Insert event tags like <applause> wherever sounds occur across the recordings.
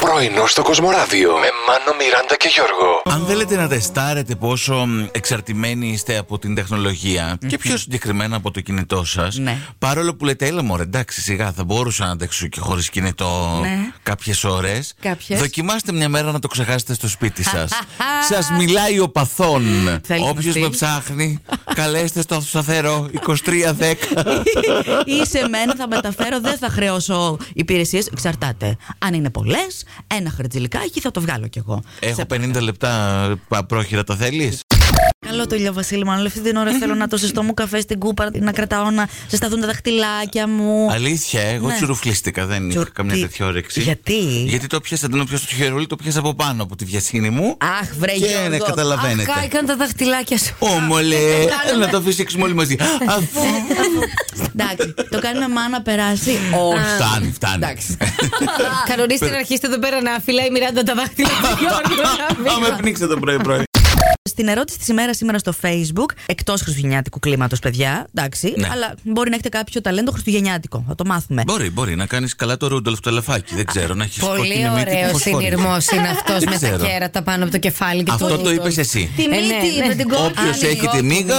Πρωινό στο Κοσμοράδιο με Μάνο, Μιράντα και Γιώργο. Αν θέλετε να τεστάρετε πόσο εξαρτημένοι είστε από την τεχνολογια και πιο συγκεκριμένα από το κινητό σας, Ναι. παρόλο που λέτε, έλα μωρέ, εντάξει, σιγά, θα μπορούσα να αντέξω και χωρίς κινητό Ναι. κάποιες ώρες. Κάποιες. Δοκιμάστε μια μέρα να το ξεχάσετε στο σπίτι σας. <laughs> σας μιλάει ο παθών. Θέλει Όποιο γνωστή. με ψάχνει, καλέστε στο σταθερό <laughs> 2310. ή σε μένα θα μεταφέρω, δεν θα χρεώσω υπηρεσίες. Εξαρτάται. Αν είναι πολλές, ένα χαρτζηλικάκι θα το βγάλω κι εγώ. Έχω Σε- 50 λεπτά πα- πρόχειρα, τα θέλεις. Καλό το ηλιο Βασίλη, μάλλον αυτή την ώρα θέλω να το ζεστό μου καφέ στην κούπα, να κρατάω να ζεσταθούν τα δαχτυλάκια μου. Αλήθεια, εγώ Ναι. τσουρουφλίστηκα, δεν είχα Τσουρ- καμιά τι- τέτοια όρεξη. Γιατί? Γιατί το πιάσα, δεν το πιάσα στο χερούλι, το πιάσα από πάνω από τη βιασύνη μου. Αχ, βρε Και Γιώργο. ναι, καταλαβαίνετε. Αχ, κάηκαν τα δαχτυλάκια <laughs> σου. Όμολε, να το φυσήξουμε όλοι μαζί. Αφού. Εντάξει, το κάνουμε μάνα περάσει. Όχι. Φτάνει, φτάνει. Εντάξει. Κανονίστε να αρχίσετε εδώ πέρα να φυλάει η Μιράντα τα δάχτυλα του <laughs> Γιώργου. να μην- Πάμε πνίξτε το πρωί-πρωί. Στην ερώτηση της ημέρας σήμερα στο Facebook, εκτός χριστουγεννιάτικου κλίματος, παιδιά, εντάξει, Ναι. αλλά μπορεί να έχετε κάποιο ταλέντο χριστουγεννιάτικο. Θα το μάθουμε. Μπορεί, μπορεί να κάνεις καλά το Ρούντολφ το λεφάκι. Δεν ξέρω, να έχεις Πολύ ωραίο συνειρμός είναι <laughs> αυτός Δεν με τα ξέρω. κέρατα πάνω από το κεφάλι και Αυτό το το είπες εσύ. Τη Ε, ναι, μύτη ναι. με την κόρη. Όποιος έχει τη μίγα,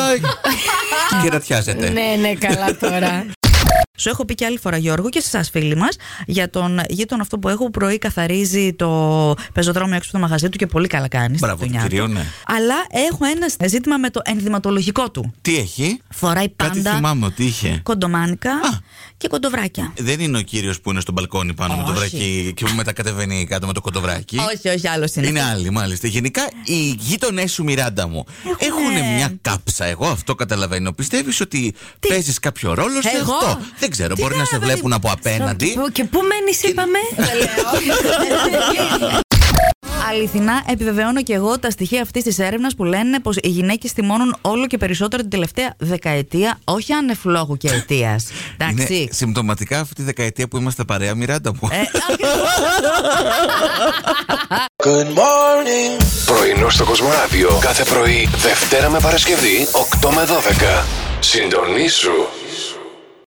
κερατιάζεται. Ναι, ναι, καλά τώρα. Σου έχω πει και άλλη φορά, Γιώργο, και σε εσάς, φίλοι μας, για τον γείτονα αυτό που έχω που πρωί καθαρίζει το πεζοδρόμιο έξω από το μαγαζί του και πολύ καλά κάνει. Μπράβο του κυρίου, ναι. Αλλά έχω ένα ζήτημα με το ενδυματολογικό του. Τι έχει, Φοράει κάτι πάντα θυμάμαι ότι είχε. κοντομάνικα Α. και κοντοβράκια. Δεν είναι ο κύριος που είναι στο μπαλκόνι πάνω με το Όχι. βρακί και που μετά κατεβαίνει κάτω με το κοντοβράκι. Όχι, όχι, άλλος είναι. Είναι άλλη, μάλιστα. Γενικά, οι γείτονές σου, Μιράντα μου, έχουν μια κάψα. Εγώ αυτό καταλαβαίνω. Πιστεύεις ότι παίζεις κάποιο ρόλο σε Εγώ? αυτό. Δεν ξέρω, Τι μπορεί να να, σε παιδί βλέπουν μου. από απέναντι. Και πού μένεις, είπαμε. <laughs> Αληθινά, επιβεβαιώνω και εγώ τα στοιχεία αυτής της έρευνας που λένε πως οι γυναίκες θυμώνουν όλο και περισσότερο την τελευταία δεκαετία, όχι ανεφλόγου και αιτίας. Εντάξει. Ε, Είναι συμπτωματικά αυτή τη δεκαετία που είμαστε παρέα, Μιράντα μου. Πρωινό στο Κοσμοράδιο κάθε πρωί, Δευτέρα με Παρασκευή, 8 με 12. Συντονίσου